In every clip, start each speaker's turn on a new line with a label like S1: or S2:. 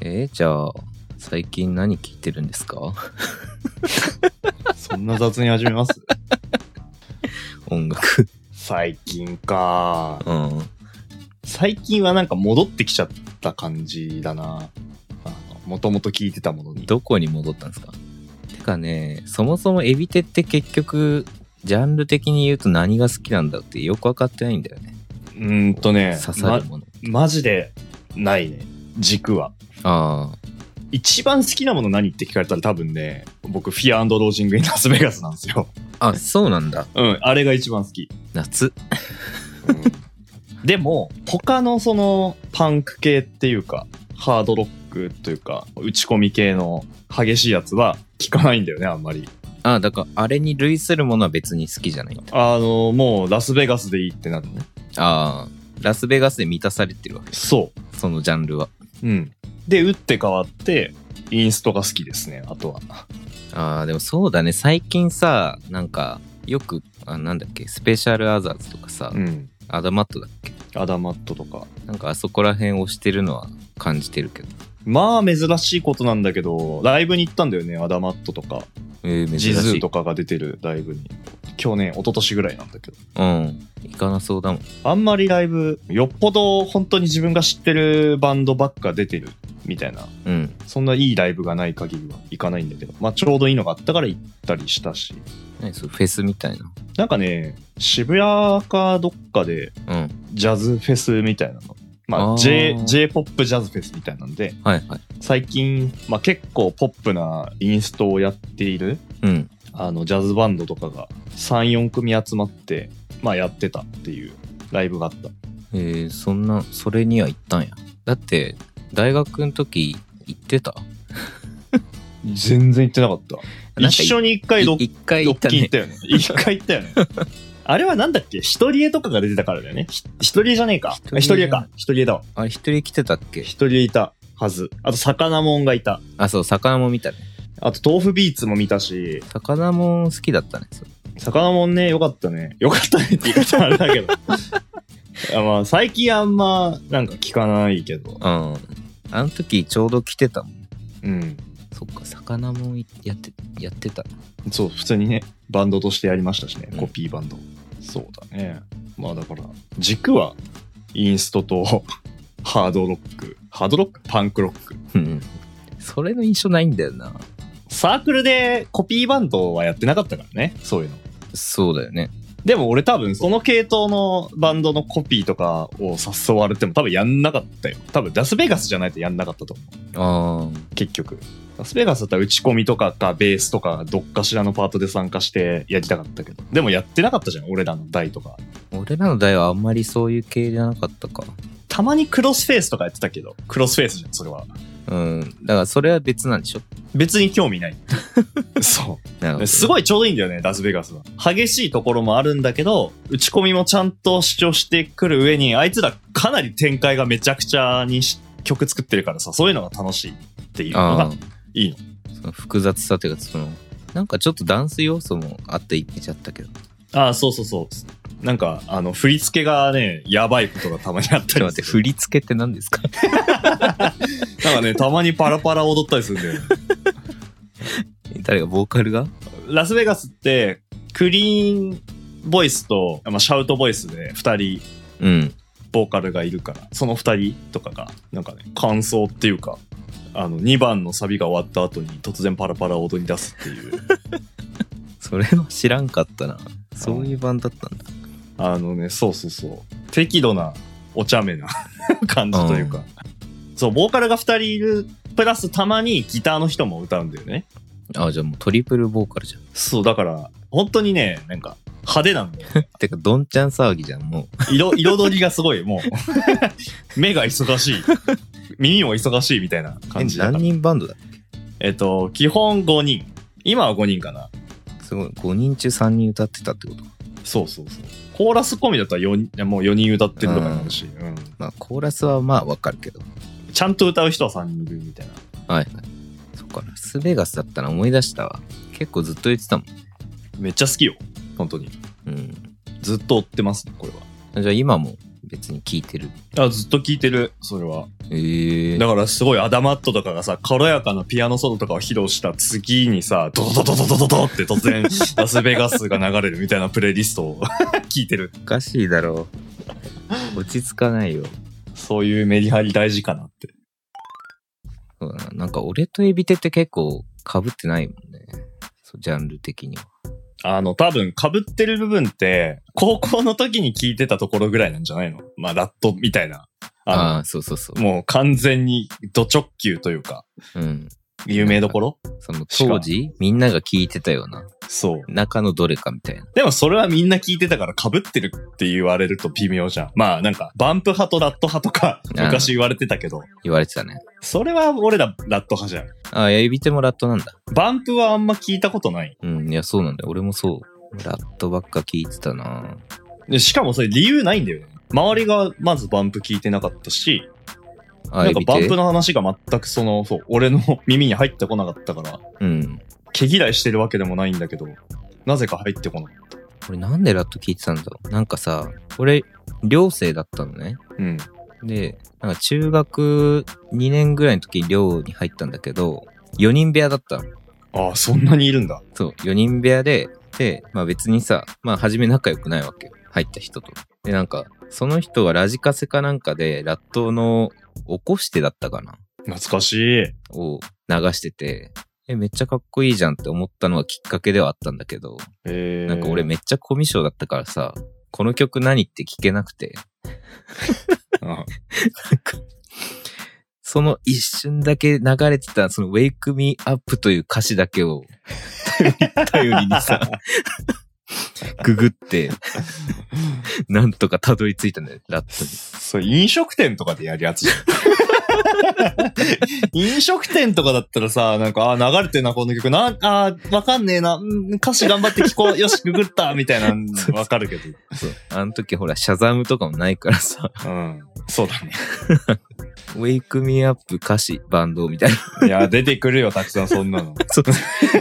S1: えーじゃあ、最近何聞いてるんですか
S2: そんな雑に始めます
S1: 音楽。
S2: 最近か。
S1: うん。
S2: 最近はなんか戻ってきちゃった感じだな。あの、もともと聞いてたものに。
S1: どこに戻ったんですかてかね、そもそもエビテって結局、ジャンル的に言うと何が好きなんだってよく分かってないんだよね。
S2: うーんとね、
S1: 刺さ
S2: ま
S1: る、もの。
S2: マジでないね。軸は。
S1: あ
S2: 一番好きなもの何って聞かれたら多分ね、僕、フィアロージング・イン・ラスベガスなんですよ。
S1: あ。あ、そうなんだ。
S2: うん、あれが一番好き。
S1: 夏。
S2: でも、他のその、パンク系っていうか、ハードロックというか、打ち込み系の激しいやつは聞かないんだよね、あんまり。
S1: あ、だから、あれに類するものは別に好きじゃない。
S2: あの、もうラスベガスでいいってなるね。
S1: ああ、ラスベガスで満たされてるわけ。
S2: そ
S1: そのジャンルは。
S2: う。うん。で、打って変わって、インストが好きですね、あとは。
S1: ああ、でもそうだね。最近さ、なんか、よく、あなんだっけ、スペシャルアザーズとかさ、
S2: うん。
S1: アダマットだっけ
S2: アダマットとか。
S1: なんかあそこら辺押してるのは感じてるけど。
S2: まあ、珍しいことなんだけど、ライブに行ったんだよね、アダマットとか、
S1: えー、珍
S2: ジズ
S1: し
S2: ー
S1: い。
S2: とかが出てるライブに。去年、一昨年ぐらいなんだけど。
S1: うん。行かなそうだもん。
S2: あんまりライブ、よっぽど本当に自分が知ってるバンドばっか出てるみたいな、
S1: うん。
S2: そんないいライブがない限りは行かないんだけど、まあちょうどいいのがあったから行ったりしたし、
S1: 何それ、フェスみたいな。
S2: なんかね、渋谷かどっかで
S1: うん。
S2: ジャズフェスみたいなの。ま
S1: あ
S2: あ、
S1: ー
S2: J、J-POP ジャズフェスみたいなんで、
S1: はいはい。
S2: 最近、まあ結構ポップなインストをやっている、
S1: うん。
S2: あの、ジャズバンドとかが3、4組集まって、まあやってたっていうライブがあった。
S1: えー、そんな、それには行ったんや。だって、大学の時行ってた
S2: 全然行ってなかった。
S1: なんか
S2: 一緒に一回
S1: い
S2: ドッ
S1: 一回
S2: ド
S1: 行っ
S2: ッ
S1: た
S2: キー行っ
S1: ね。
S2: たよね。一回行った よね。あれはなんだっけ一人絵とかが出てたからだよね。ひ一人絵じゃねえか。
S1: 一人絵
S2: 一人絵か。一人絵だわ。
S1: あれ、一人来てたっけ
S2: 一人絵いたはず。あと、魚もんがいた。
S1: あ、そう、魚も見たね。
S2: あと、豆腐ビーツも見たし、
S1: 魚も好きだったね。そう
S2: 魚もんね、よかったね。よかったねって言い方あれだけど。 いやまあ、最近あんま、なんか聞かないけど。
S1: うん。あの時ちょうど来てたもん。
S2: うん。
S1: そっか、魚もいやって、やってた。
S2: そう、普通にね、バンドとしてやりましたしね
S1: う。ん
S2: コピーバンド。そうだね。まあ、だから、軸は、インストと、 ハードロック。ハードロックパンクロック。
S1: うん。それの印象ないんだよな。
S2: サークルでコピーバンドはやってなかったからね。そういうの。
S1: そうだよね。
S2: でも俺多分その系統のバンドのコピーとかを誘われても多分やんなかったよ。多分ラスベガスじゃないとやんなかったと思う。
S1: あ
S2: 結局。ラスベガスだったら打ち込みとかかベースとかどっかしらのパートで参加してやりたかったけど。でもやってなかったじゃん、俺らの代とか。
S1: あ。俺らの代はあんまりそういう系じゃなかったか。
S2: たまにクロスフェイスとかやってたけど、クロスフェイスじゃん、それは。
S1: うん。だからそれは別なんでしょ
S2: 別に興味ない。そ
S1: なる
S2: う。すごいちょうどいいんだよね、ラスベガスは。激しいところもあるんだけど、打ち込みもちゃんと主張してくる上に、あいつらかなり展開がめちゃくちゃにし曲作ってるからさ、そういうのが楽しいっていうの
S1: あ
S2: が
S1: あ。
S2: いいの。
S1: その複雑さというか、その、なんかちょっとダンス要素もあって言っちゃったけ ど。ちょ
S2: ああ、そうそうそう。なんか、あの、振り付けがね、やばいことがたまにあっ
S1: ったと
S2: り
S1: 待っ
S2: す
S1: て、
S2: る。
S1: 振り付けって何ですか
S2: なんかね、たまにパラパラ踊ったりするんだよね。
S1: 誰が、ボーカルが
S2: ラスベガスって、クリーンボイスと、まあ、シャウトボイスで2人、
S1: うん。
S2: ボーカルがいるから、その2人とかが、なんかね、感想っていうか、あの、2番のサビが終わった後に突然パラパラ踊り出すっていう。
S1: それは知らんかったな。そういう版だったんだ。
S2: あのね、そうそうそう。適度なお茶目な 感じというか。そう、ボーカルが2人いる、プラスたまにギターの人も歌うんだよね。
S1: ああ、じゃあもうトリプルボーカルじゃん。
S2: そう、だから、本当にね、なんか、派手なんだよね。
S1: てか、どんちゃん騒ぎじゃん、もう。
S2: 色、彩りがすごい、もう。 目が忙しい。耳も忙しいみたいな感じだ
S1: え
S2: から
S1: 何。人バンドだ
S2: えっと、基本5人。今は5人かな。
S1: すごい、5人中3人歌ってたってこと
S2: そうそうそう。コーラス込みだったら4人、もう4人歌ってるとかになるし、うん
S1: まあ、コーラスはまあわかるけど。
S2: ちゃんと歌う人は3人いるみたいな。
S1: はいはい。そっか、ラスベガスだったら思い出したわ。結構ずっと言ってたもん。
S2: めっちゃ好きよ。本当に。
S1: うん。
S2: ずっと追ってますね、これは。
S1: じゃあ今も別に聞いてる。
S2: あ、ずっと聴いてる、それは。
S1: ええ
S2: だからすごいアダマットとかがさ、軽やかなピアノソロとかを披露した次にさ、ドドドドドドドって突然ラスベガスが流れるみたいなプレイリストを 聞いてる。
S1: おかしいだろう。落ち着かないよ。
S2: そういうメリハリ大事かなって。
S1: そうだな。なんか俺とエビテって結構被ってないもんね。そうジャンル的には。
S2: あの、多分被ってる部分って、高校の時に聞いてたところぐらいなんじゃないのまあ、ラットみたいな。あ
S1: ああー、そうそうそ
S2: の、もう完全にド直球というか、
S1: う。うん。
S2: 有名どころ
S1: その当時、みんなが聞いてたような、
S2: そう。
S1: 中のどれかみたいな。
S2: でもそれはみんな聞いてたから被ってるって言われると微妙じゃん。まあなんか、バンプ派とラット派とか
S1: ああ
S2: 昔言われてたけど、
S1: 言われてたね。
S2: それは俺らラット派じゃん。
S1: ああ、エビテもラットなんだ。
S2: バンプはあんま聞いたことない。
S1: うん、いや、そうなんだよ。俺もそう。ラットばっか聞いてたな
S2: でしかもそれ理由ないんだよね。周りがまずバンプ聞いてなかったし、
S1: あ
S2: なんかバンプ
S1: の。
S2: の話が全くその、そう、俺の耳に入ってこなかったから、
S1: うん。
S2: 毛嫌いしてるわけでもないんだけど、なぜか入ってこない。
S1: 俺なんでラット聞いてたんだろう。なんかさ、俺、寮生だったのね。
S2: うん。
S1: で、なんか中学2年ぐらいの時に寮に入ったんだけど、4人部屋だったの。
S2: ああ、そんなにいるんだ。
S1: そう、4人部屋で、で、まあ別にさ、まあ初め仲良くないわけよ。入った人と。で、なんか、その人がラジカセかなんかで、ラットの起こしてだったかな
S2: 懐かしい。
S1: を流してて、え、めっちゃかっこいいじゃんって思ったのがきっかけではあったんだけど、
S2: えー
S1: なんか俺めっちゃコミュ障だったからさ、この曲何って聞けなくて、
S2: うん
S1: その一瞬だけ流れてた、その Wake Me Up という歌詞だけ を頼り、頼りにさ、ググって、なんとかたどり着いたんだよ、ラットに。
S2: そう、飲食店とかでやるやつじゃん。 飲食店とかだったらさ、なんか、あー流れてんな、この曲。な、あーわかんねえな。うん歌詞頑張って聞こ う。よし、ググったみたいなの、わかるけど。
S1: そうあの時ほら、シャザムとかもないからさ、
S2: うん。そうだね。
S1: Wake Me Up 歌詞バンドみたいな。
S2: いや、出てくるよ、たくさん、そんなの。
S1: そう、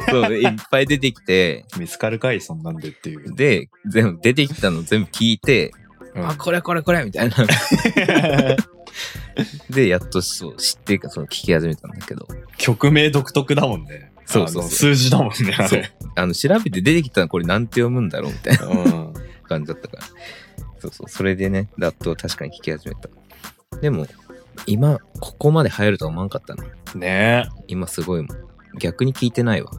S1: そういっぱい出てきて、
S2: 見つかるかい、そんなんでっていう。
S1: で、全部出てきたの全部聞いて、
S2: うん
S1: あ、これこれこれみ たいな。で、やっとそう知ってか、その聞き始めたんだけど。
S2: 曲名独特だもんね。
S1: そうそうそう
S2: あの数字だもんね、あ
S1: そう
S2: れ。
S1: あの、調べて出てきたのこれなんて読むんだろうみたいな
S2: うん。
S1: 感じだったから。そうそう、それでね、ラットを確かに聞き始めた。でも、今、ここまで流行るとは思わんかったな。
S2: ねえ。
S1: 今すごいもん。逆に聞いてないわ。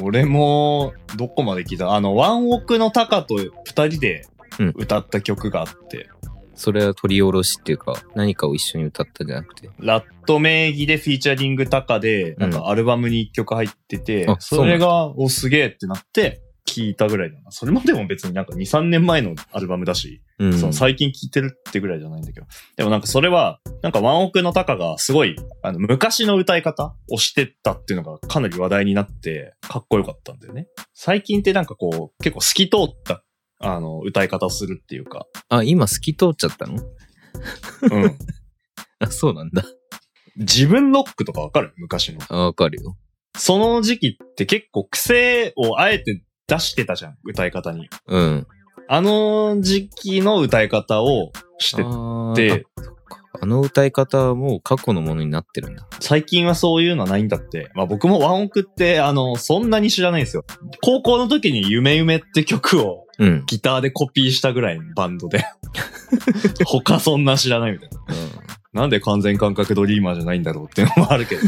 S2: 俺も、どこまで聞いたあの、ワンオクのタカと二人で
S1: うん
S2: 歌った曲があって、
S1: それは取り下ろしっていうか、何かを一緒に歌ったんじゃなくて。
S2: ラット名義でフィーチャリングタカで、なん
S1: う
S2: かアルバムに一曲入ってて、
S1: あ
S2: それが、お、すげえってなって、聞いたぐらいだな。それもでも別になんか2、3年前のアルバムだし、
S1: うん。
S2: その最近聞いてるってぐらいじゃないんだけど。でもなんかそれは、なんかワンオクのタカがすごい、あの、昔の歌い方をしてたっていうのがかなり話題になって、かっこよかったんだよね。最近ってなんかこう、結構透き通った、あの、歌い方をするっていうか、
S1: あ、今透き通っちゃったの
S2: うん。
S1: あ、そうなんだ。
S2: 自分ロックとかわかる昔の。
S1: あわかるよ。
S2: その時期って結構癖をあえて出してたじゃん、歌い方に。
S1: うん。
S2: あの時期の歌い方をして、
S1: あ
S2: で
S1: ーあそっかあの歌い方はもう過去のものになってるんだ。
S2: 最近はそういうのないんだって。まあ僕もワンオクって、あの、そんなに知らないんですよ。高校の時に夢夢って曲を
S1: うん。
S2: ギターでコピーしたぐらいのバンド で。他そんな知らないみたいな。なんで完全感覚ドリーマーじゃないんだろうっていうのもあるけど。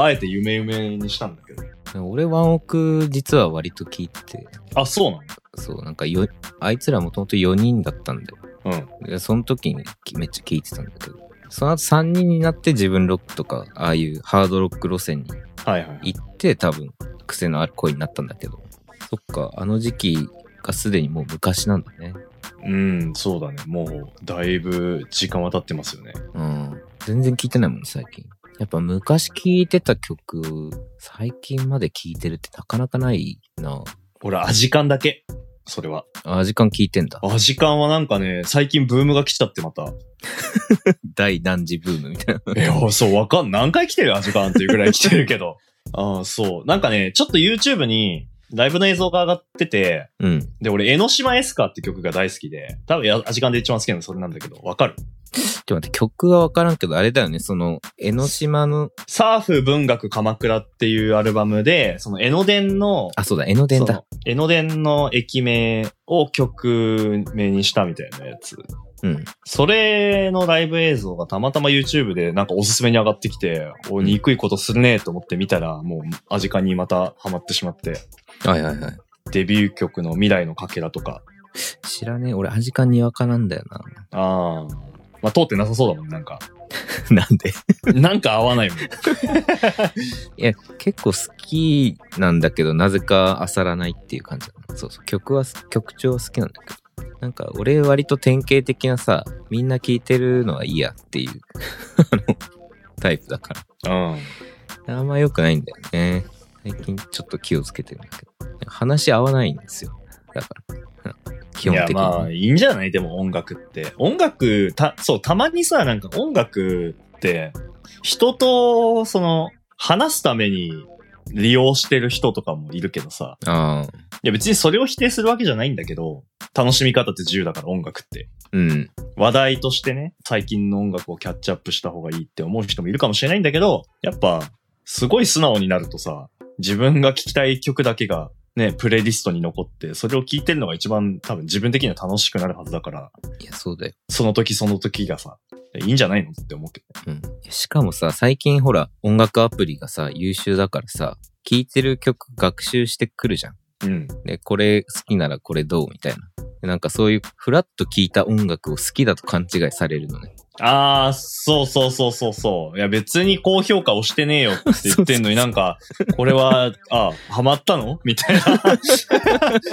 S2: あえて夢夢にしたんだけど。
S1: うん俺ワンオク実は割と聞いて
S2: あ、そうな
S1: そうなんかよあいつらもともと4人だったんだよ
S2: のうん。
S1: でその時にめっちゃ聞いてたんだけどその後3人になって自分ロックとかああいうハードロック路線に
S2: はいはい。
S1: 行って多分癖のある声になったんだけどそっかあの時期がすでにもう昔なんだね
S2: うん、そうだね。もう、だいぶ時間は経ってますよね。
S1: うん全然聞いてないもんね最近やっぱ昔聞いてた曲最近まで聞いてるってなかなかないな
S2: ほら、アジカンだけ。それは。
S1: あ時間聞いてんだ
S2: アジカンはなんかね、最近ブームが来ちゃってまた。
S1: 第何次ブームみたいな
S2: え、あそう、わかん、何回来てるアジカンっていうぐらい来てるけど。ああ、そう。なんかね、ちょっと YouTube に、ライブの映像が上がってて、
S1: うん。
S2: で、俺、江ノ島エスカーって曲が大好きで、多分や、アジカンで一番好きなのそれなんだけど、わかる
S1: ちょっと待って、曲はわからんけど、あれだよね、その、江ノ島の、
S2: サーフ文学鎌倉っていうアルバムで、その江ノ電の、
S1: あ、そうだ、江ノ電だ。
S2: その江ノ電の駅名を曲名にしたみたいなやつ。
S1: うん。
S2: それのライブ映像がたまたま YouTube でなんかおすすめに上がってきて、お、
S1: ん
S2: 憎いことするねえと思って見たら、もうアジカンにまたハマってしまって、
S1: はいはいはい。
S2: デビュー曲の未来のかけらとか、
S1: 知らねえ、俺、味感にわかなんだ よ
S2: ああ、まあ通ってなさそうだもん、なん か。
S1: な。なんで
S2: なんか合わないもん。
S1: いや、結構好きなんだけど、なぜか漁らないっていう感じだなそうそう、曲は、曲調は好きなんだけど。なんか、俺割と典型的なさ、みんな聴いてるのはいいやっていう、あの、タイプだか
S2: うん。
S1: ら。あんま良くないんだよね。最近ちょっと気をつけてるんだけど。話合わないんですよ。だから。基本的に。
S2: いや、まあ、いいんじゃないでも音楽って。音楽、た、そう、たまにさ、なんか音楽って、人と、その、話すために利用してる人とかもいるけどさ。
S1: ああ、
S2: いや、別にそれを否定するわけじゃないんだけど、楽しみ方って自由だから音楽って。
S1: うん。
S2: 話題としてね、最近の音楽をキャッチアップした方がいいって思う人もいるかもしれないんだけど、やっぱ、すごい素直になるとさ、自分が聴きたい曲だけが、ね、プレイリストに残って、それを聴いてるのが一番多分自分的には楽しくなるはずだから、
S1: いや、そうだよ。
S2: その時その時がさ、いいんじゃないのって思うけど。
S1: うん。しかもさ、最近ほら、音楽アプリがさ、優秀だからさ、聴いてる曲学習してくるじゃん。
S2: うん。
S1: で、これ好きならこれどうみたいな。でなんかそういうフラッと聴いた音楽を好きだと勘違いされる のね。
S2: あー、そうそうそうそうそう。いや別に高評価をしてねえよって言ってんのになんか、これは、あ、ハマったのみ たいな。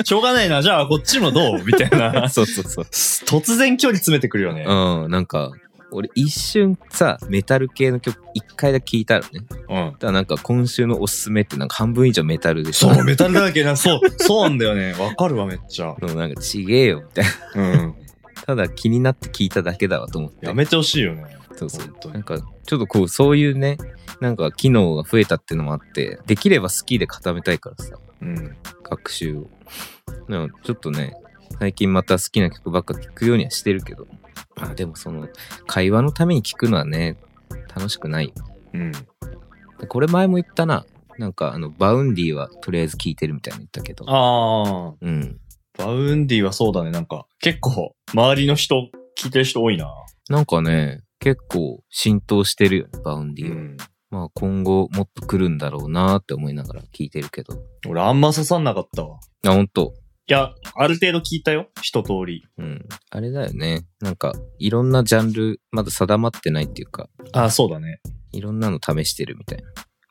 S2: しょうがないな、じゃあこっちもどうみたいな。
S1: そうそうそう。
S2: 突然距離詰めてくるよね。
S1: うん、なんか、俺一瞬さ、メタル系の曲一回だけ聴いたのね。
S2: うん。
S1: ただなんか今週のおすすめってなんか半分以上メタルでし
S2: そ
S1: ょ。
S2: う、メタルだらけな、そう、そうなんだよね。わかるわ、めっちゃ。
S1: でもなんかちげえよみたいな。
S2: うん。
S1: ただ気になって聴いただけだわと思って。
S2: やめてほしいよね。
S1: そうそう
S2: 本当。に
S1: なんか、ちょっとこう、そういうね、なんか機能が増えたってのもあって、できれば好きで固めたいからさ、
S2: うん。
S1: 学習を。なのでちょっとね、最近また好きな曲ばっか聴くようにはしてるけど、まあでもその、会話のために聴くのはね、楽しくない。
S2: うん。
S1: でこれ前も言ったな。なんか、あの、バウンディはとりあえず聴いてるみたいに言ったけど。
S2: あ
S1: うん。
S2: ー、バウンディはそうだね、なんか、結構、周りの人、聞いてる人多いな。
S1: なんかね、結構浸透してるよね、バウンディは。
S2: ん。
S1: まあ今後もっと来るんだろうなって思いながら聴いてるけど。
S2: 俺、あんま刺さんなかったわ。
S1: あ、ほんと。
S2: いや、ある程度聞いたよ。一通り。
S1: うん。あれだよね。なんか、いろんなジャンル、まだ定まってないっていうか、
S2: あ、そうだね。
S1: いろんなの試してるみたいな。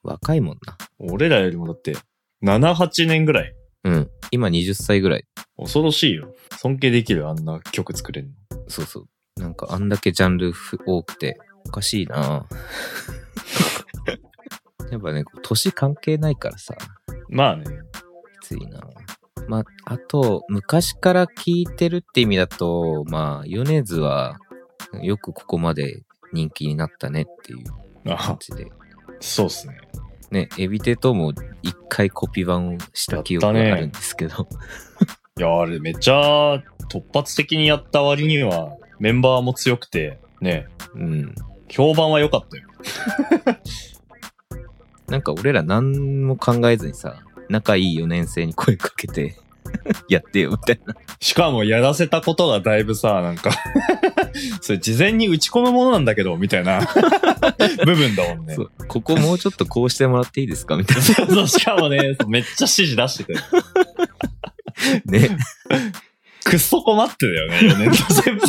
S1: 若いもんな。
S2: 俺らよりもだって、7、8年ぐらい。
S1: うん。今20歳ぐらい。
S2: 恐ろしいよ。尊敬できる、あんな曲作れるの。
S1: そうそう。なんか、あんだけジャンルふ多くて、おかしい なぁやっぱね、こう年関係ないからさ、
S2: まあね。
S1: きついなぁまあ、あと、昔から聞いてるって意味だと、まあ、米津は、よくここまで人気になったねっていう感
S2: あ、
S1: じで。
S2: そうっすね。
S1: ね、エビテとも一回コピー版をした記憶があるんですけど、
S2: いや、あれめっちゃ突発的にやった割にはメンバーも強くて、ね、
S1: うん。
S2: 評判は良かったよ。
S1: なんか俺ら何も考えずにさ、仲いい4年生に声かけて、 やってよみたいな。
S2: しかもやらせたことがだいぶさ、なんか、 それ事前に打ち込むものなんだけど、みたい な部分だもんね。
S1: そうここもうちょっとこうしてもらっていいですかみたい
S2: そう、しかもね、めっちゃ指示出してくる。
S1: な。ね。
S2: くっそ困ってたよね、4年の先輩。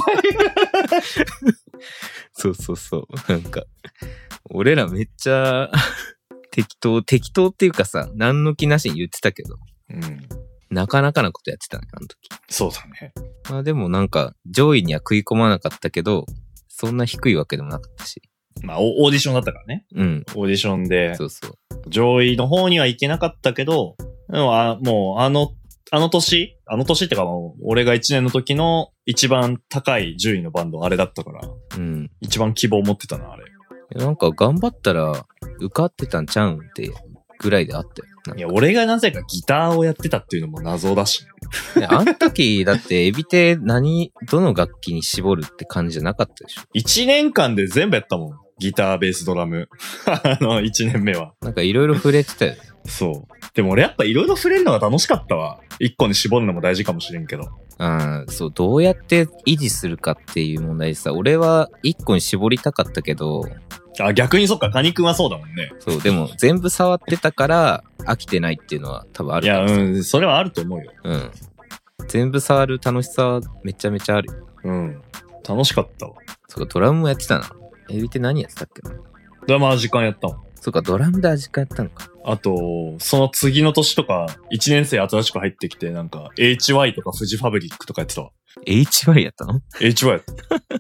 S1: そうそうそう。なんか、俺らめっちゃ 適当、適当っていうかさ、何の気なしに言ってたけど、
S2: うん。
S1: なかなかなことやってたね、あの時。
S2: そうだね。
S1: まあでもなんか、上位には食い込まなかったけど、そんな低いわけでもなかったし。
S2: まあ、オーディションだったからね。
S1: うん。
S2: オーディションで、
S1: そうそう。
S2: 上位の方には行けなかったけど、でもあもうあの、あの年、あの年ってかもう、俺が1年の時の一番高い順位のバンドあれだったから、
S1: うん。
S2: 一番希望持ってたな、あれ。
S1: なんか頑張ったら受かってたんちゃうんってぐらいであったよ。なんか
S2: いや、俺がなぜかギターをやってたっていうのも謎だし。
S1: ねあん時、だって、エビテ何、どの楽器に絞るって感じじゃなかったでしょ。
S2: 1年間で全部やったもん。ギター、ベース、ドラム。 あの、1年目は。
S1: なんかいろいろ触れてたよ ね。
S2: そう。でも俺やっぱいろいろ触れるのが楽しかったわ。一個に絞るのも大事かもしれんけど。
S1: うん、そう、どうやって維持するかっていう問題でさ、俺は一個に絞りたかったけど、
S2: あ、逆にそっか、カニ君はそうだもんね。
S1: そう、でも全部触ってたから飽きてないっていうのは多分あ
S2: い
S1: るか
S2: や、
S1: らさ
S2: うん、それはあると思うよ。
S1: うん。全部触る楽しさはめちゃめちゃある。
S2: うん。楽しかったわ。
S1: そうか、ドラムもやってたな。エビって何やってたっけな
S2: ドラマは時間やったもん。
S1: そうか、ドラムで味変やったのか。
S2: あと、その次の年とか、1年生新しく入ってきて、なんか、HY とかフジファブリックとかやってたわ。
S1: HY やったの
S2: HY やっ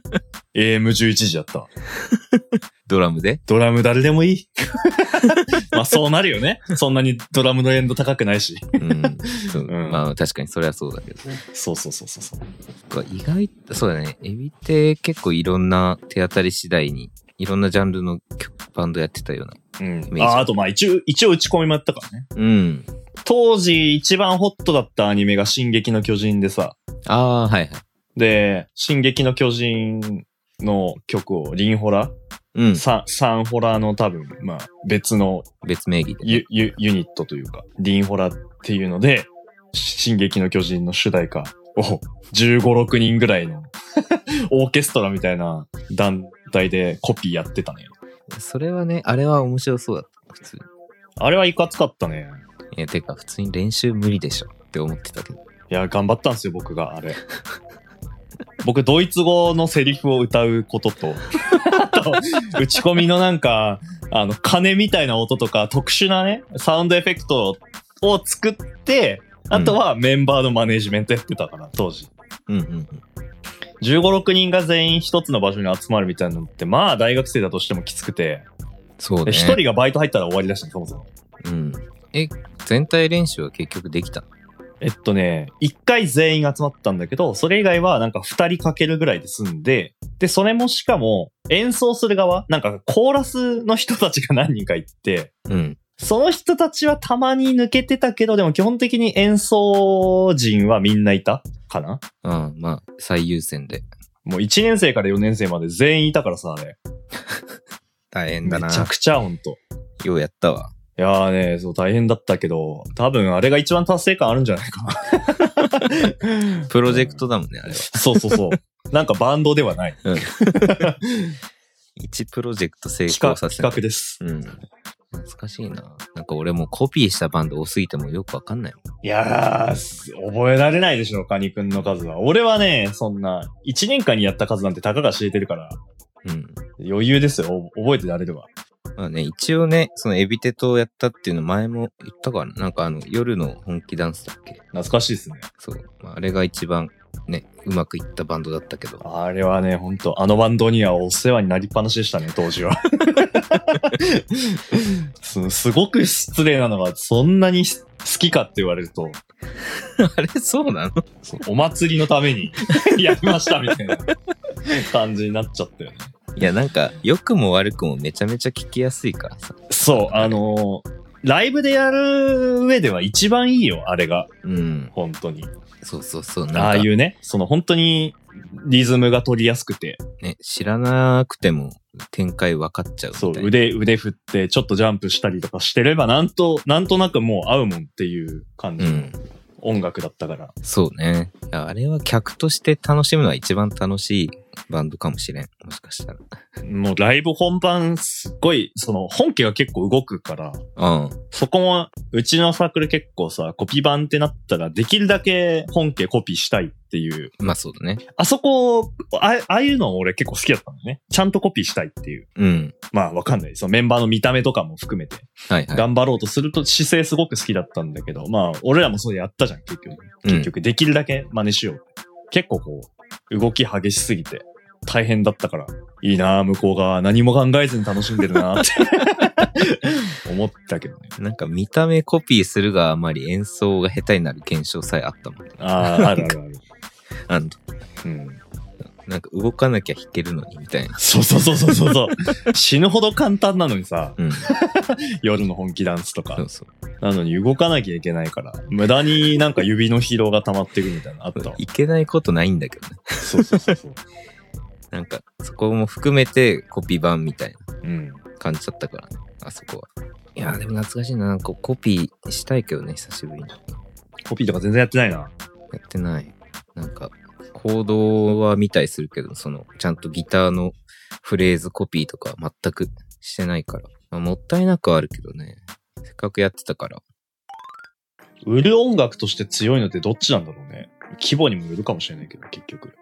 S2: た。AM11 時やったわ。
S1: ドラムで
S2: ドラム誰でもい い。まあそうなるよね。そんなにドラムのエンド高くないし。
S1: うん。そう
S2: うん
S1: まあ確かにそれはそうだけど。
S2: そうそうそうそうそう。
S1: そっか意外と、そうだね。エビって結構いろんな手当たり次第に、いろんなジャンルの曲バンドやってたような。
S2: うん。
S1: メイジャー
S2: あ、あとまあ一応、一応打ち込みもやったからね。
S1: うん。
S2: 当時一番ホットだったアニメが進撃の巨人でさ。
S1: ああー、はいはい。
S2: で、進撃の巨人の曲をリンホラ、
S1: うん。
S2: サンサンホラの多分、まあ別の
S1: 別名義で。
S2: ユユユニットというか、リンホラっていうので、進撃の巨人の主題歌を15、6人ぐ らいのオーケストラみたいな団体でコピーやってたね。
S1: それはね、あれは面白そうだった。普通に。
S2: あれはいかつかったね。
S1: え、てか、普通に練習無理でしょって思ってたけど。
S2: いや、頑張ったんですよ、僕が、あれ。僕、ドイツ語のセリフを歌うことと、あと、打ち込みのなんか、あの、鐘みたいな音とか、特殊なね、サウンドエフェクトを作って、あとはメンバーのマネジメントやってたから、当時。
S1: うんうんうん。
S2: 15、6人が全員一つの場所に集まるみたいなのって、まあ、大学生だとしてもきつくて、
S1: そうね。
S2: で一、人がバイト入ったら終わりだし、そもそも。
S1: うん。え、全体練習は結局できたの
S2: えっとね、一回全員集まったんだけど、それ以外はなんか二人かけるぐらいで済んで、で、それもしかも演奏する側、なんかコーラスの人たちが何人か行って、
S1: うん。
S2: その人たちはたまに抜けてたけど、でも基本的に演奏陣はみんないたかな
S1: ああ、まあ、最優先で。
S2: もう1年生から4年生まで全員いたからさ、あれ。
S1: 大変
S2: めちゃくちゃほんと。
S1: ようやったわ。
S2: いやーね、そう大変だったけど、多分あれが一番達成感あるんじゃないかな。
S1: プロジェクトだもんね、あれは。
S2: そうそ うそう。なんかバンドではない。
S1: 1プロジェクト成
S2: 企画、
S1: 功させ
S2: 企
S1: た。
S2: 画です。
S1: うん。懐かしいな。なんか俺もうコピーしたバンド多すぎてもうよくわかんないもん。
S2: いやー、す覚えられないでしょ、カニ君の数は。俺はね、そんな、1年間にやった数なんてたかが知れてるから、
S1: うん。
S2: 余裕ですよ、お覚えてられるわ。
S1: まあね、一応ね、そのエビテとやったっていうの前も言ったかな。なんかあの、夜の本気ダンスだっけ
S2: 懐かしいですね。
S1: そう。まあ、あれが一番ね、うまくいったバンドだったけ ど。
S2: あれはね、ほんと、あのバンドにはお世話になりっぱなしでしたね、当 時は。すすごく失礼なのが、そんなに好きかって言われると、
S1: あれそうなの
S2: そのお祭りのために やりましたみたいな感じになっちゃったよね。
S1: いや、なんか、良くも悪くもめちゃめちゃ聞きやすいからさ。
S2: そう、あのーライブでやる上では一番いいよ、あれが。
S1: うん。
S2: 本当に。
S1: そうそうそう。なんか
S2: ああいうね、その本当にリズムが取りやすくて、
S1: ね、知らなくても展開分かっちゃうみた
S2: そ、
S1: いうな。
S2: 腕、腕振って、ちょっとジャンプしたりとかしてれば、なんと、なんとなくもう合うもんっていう感
S1: う
S2: じの
S1: ん。
S2: 音楽だったから。
S1: そうね。いやあれは客として楽しむのは一番楽しいバンドかもしれん。もしかしたら。
S2: もうライブ本番すっごい、その本家が結構動くから、
S1: うん。
S2: そこも、うちのサークル結構さ、コピー版ってなったら、できるだけ本家コピーしたいっていう。
S1: まあそうだね。
S2: あそこ、あああいうの俺結構好きだったんだよね。ちゃんとコピーしたいっていう。
S1: うん。
S2: まあわかんない。そのメンバーの見た目とかも含めて。
S1: はいはい。
S2: 頑張ろうとすると姿勢すごく好きだったんだけど、まあ、俺らもそうやったじゃん、結局。
S1: うん
S2: 結局、できるだけ真似しよう。結構こう、動き激しすぎて、大変だったから、いいなあ向こうが何も考えずに楽しんでるなあって思ったけどね。
S1: なんか見た目コピーするがあまり演奏が下手になる現象さえあったもんね。
S2: ああ、あるあるある。
S1: あの、
S2: うん。
S1: なんか動かなきゃ弾けるのにみたいな。
S2: そうそうそうそうそうそう。死ぬほど簡単なのにさ、
S1: うん。そ
S2: 夜の本気ダンスとか
S1: う。そう。
S2: なのに動かなきゃいけないから、無駄になんか指の疲労が溜まっていくみたいなのあったわ。
S1: いけないことないんだけどね。
S2: そうそうそうそう。
S1: なんか、そこも含めてコピー版みたい
S2: うん。
S1: な感じだったからね、あそこは。いやーでも懐かしいな。なんかコピーしたいけどね、久しぶりに。や
S2: コピーとか全然やってないな。
S1: ってない。なんか、行動は見たりするけど、その、ちゃんとギターのフレーズコピーとかは全くしてないから。まあ、もったいなくはあるけどね。せっかくやってたから。
S2: 売る音楽として強いのってどっちなんだろうね。規模にもよるかもしれないけど、結局。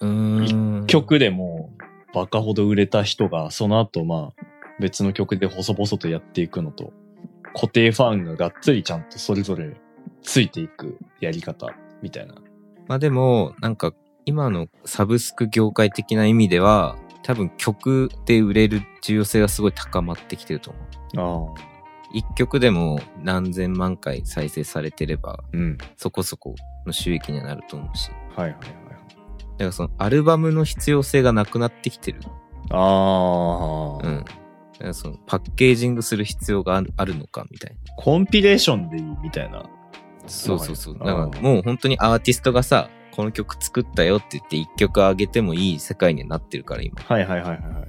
S1: うーん。
S2: 曲でもうバカほど売れた人がその後まあ別の曲で細々とやっていくのと固定ファンががっつりちゃんとそれぞれついていくやり方みたいな。
S1: まあでも、なんか今のサブスク業界的な意味では、多分曲で売れる重要性がすごい高まってきてると思う。
S2: ああ。
S1: 一曲でも何千万回再生されてれば、
S2: うん。
S1: そこそこの収益にはなると思うし。
S2: はいはいはい。
S1: だからそのアルバムの必要性がなくなってきてる。
S2: ああ、
S1: うん。だからそのパッケージングする必要があるあるのかみたいな。
S2: コンピレーションでいいみたいな。
S1: そうそうそう。だ
S2: あ
S1: か
S2: ー
S1: らもう本当にアーティストがさ、この曲作ったよって言って一曲あげてもいい世界にはなってるから今。
S2: はいはいはいはいはい。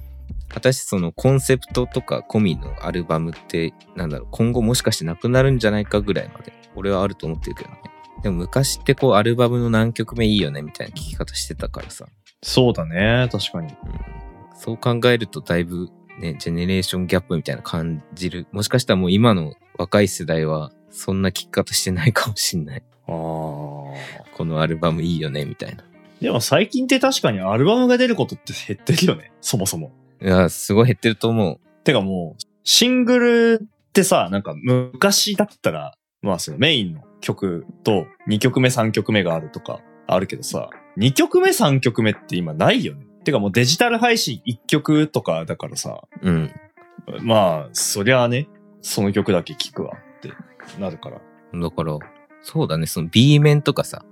S1: 果たしてそのコンセプトとか込みのアルバムってなんだろう今後もしかしてなくなるんじゃないかぐらいまで俺はあると思ってるけどねでも昔ってこうアルバムの何曲目いいよねみたいな聞き方してたからさ、
S2: そうだね。確か
S1: う
S2: に。
S1: ん、そう考えるとだいぶねジェネレーションギャップみたいな感じるもしかしたらもう今の若い世代はそんな聞き方してないかもしんない
S2: ああ。
S1: このアルバムいいよねみたいな
S2: でも最近って確かにアルバムが出ることって減ってるよね。そもそも。
S1: いやすごい減ってると思う
S2: てかもう、シングルってさ、なんか昔だったら、まあそのメインの曲と2曲目3曲目があるとかあるけどさ、2曲目3曲目って今ないよね。てかもうデジタル配信1曲とかだからさ、
S1: うん
S2: まあそりゃあね、その曲だけ聴くわってなるから。
S1: だからそうだねその B 面とかさ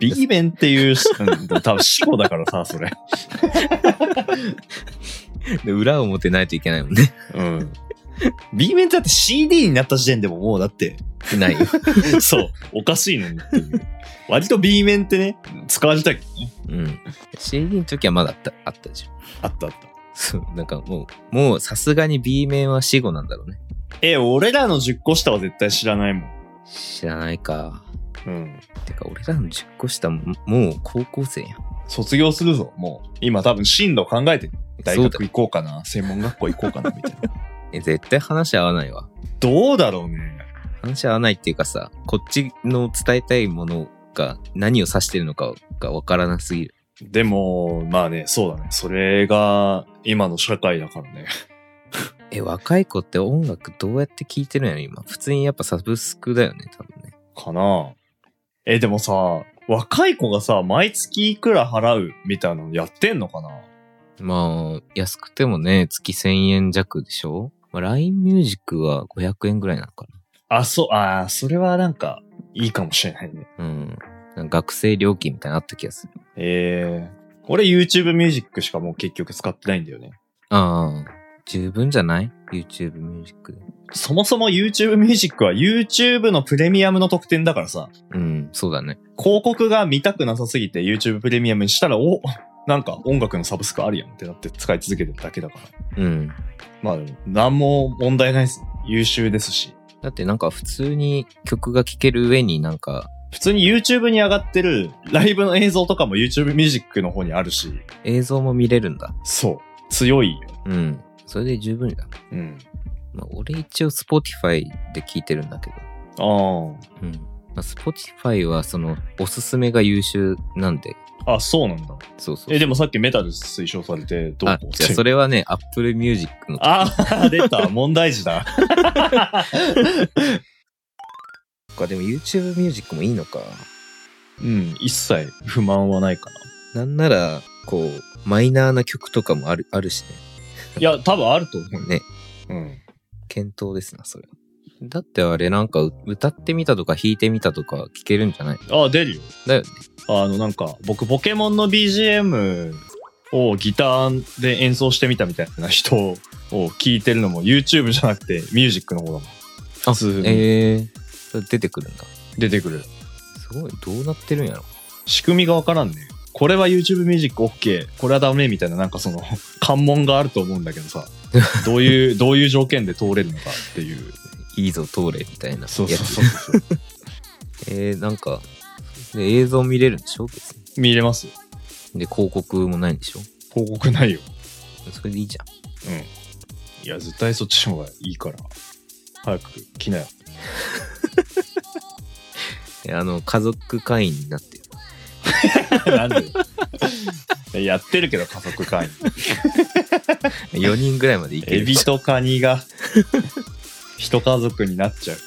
S2: B 面っていう、うん多分死語だからさ、そ れ。
S1: で裏表ないといけないもんね
S2: うん。B 面ってだって CD になった時点でももうだって
S1: ないよ。
S2: そう、おかしいのにっていう。割と B 面ってね、使われてたけどね。
S1: うん。CD の時はまだあった、あったでしょ。
S2: あったあった。
S1: そう、なんかもう、もうさすがに B 面は死後なんだろうね。
S2: え、俺らの10個下は絶対知らないもん。
S1: 知らないか。
S2: うん。
S1: てか、俺らの10個下も、もう高校生やん。
S2: 卒業するぞ、もう。今多分進路考えてる。大
S1: そうだ
S2: 学行こうかな、専門学校行こうかな、みたいな。
S1: え、絶対話合わないわ。
S2: どうだろうね。
S1: 話合わないっていうかさ、こっちの伝えたいものが何を指してるのかがわからなすぎる。
S2: でも、まあね、そうだね。それが今の社会だからね。
S1: え、若い子って音楽どうやって聴いてるんやろ今。普通にやっぱサブスクだよね、多分ね。
S2: かな。え、でもさ、若い子がさ、毎月いくら払うみたいなのやってんのかな
S1: まあ、安くてもね、月1000円弱でしょまあ、LINE ミュージックは500円ぐらいなのかな。
S2: あ、そう、あーそれはなんか、いいかもしれないね。
S1: うん。なんか学生料金みたいなのあった気がする。
S2: ええ俺 YouTube ミュージックしかもう結局使ってないんだよね。
S1: ああ、十分じゃない ?YouTube ミュージックで。
S2: そもそも YouTube ミュージックは YouTube のプレミアムの特典だからさ、
S1: うん、そうだね。
S2: 広告が見たくなさすぎて YouTube プレミアムにしたら、おなんか音楽のサブスクあるやんってなって使い続けてるだけだから。
S1: うん。
S2: まあ、なんも問題ないです。優秀ですし。
S1: だってなんか普通に曲が聴ける上になんか、
S2: 普通に YouTube に上がってるライブの映像とかも YouTube ミュージックの方にあるし、
S1: 映像も見れるんだ。
S2: そう。強いよ。
S1: うん。それで十分だ。
S2: うん。
S1: まあ、俺一応 Spotify で聴いてるんだけど。
S2: あ
S1: うん。まあ、Spotify はその、おすすめが優秀なんで。
S2: あ。あ、そうなんだ。
S1: そうそうそう。
S2: え、でもさっきメタル推奨されて、どう
S1: あ、
S2: こうっ
S1: じゃあ
S2: て
S1: それはね、Apple Music の。
S2: ああ、出た。問題児だ。
S1: か、でも YouTube Music もいいのか。
S2: うん、一切不満はないかな。
S1: なんなら、こう、マイナーな曲とかもある、あるしね。
S2: いや、多分あると思う。
S1: ね、
S2: うん。
S1: 検討ですな、それ。だってあれなんかう歌ってみたとか弾いてみたとか聞けるんじゃない
S2: あ出るよ。
S1: だよね。
S2: あの、なんか、僕、ポケモンの BGM をギターで演奏してみたみたいな人を聞いてるのも YouTube じゃなくてミュージックの方だもん。
S1: あ
S2: 普通に
S1: ええそれ出てくるんだ。
S2: 出てくる。
S1: すごい。どうなってるんやろ。
S2: 仕組みがわからんね。これは YouTube ミュージック OK、これはダメみたいな、なんかその、 関門があると思うんだけどさ、どう いう、どういう条件で通れるのかっていう。
S1: いいぞ、通れ、みたいなやつ。
S2: そうそうそうそう。
S1: えー、なんか、で映像見れるんでしょ別に。
S2: 見れます
S1: で、広告もないんでしょ
S2: 広告ないよ。
S1: それでいいじゃん。
S2: うん。いや、絶対そっちの方がいいから。早く来なよ。
S1: えあの、家族会員になってる。
S2: なんでやってるけど、家族会員。
S1: 4人ぐらいまでいけ
S2: エ
S1: る
S2: ビ。とカニが、一家族になっちゃう。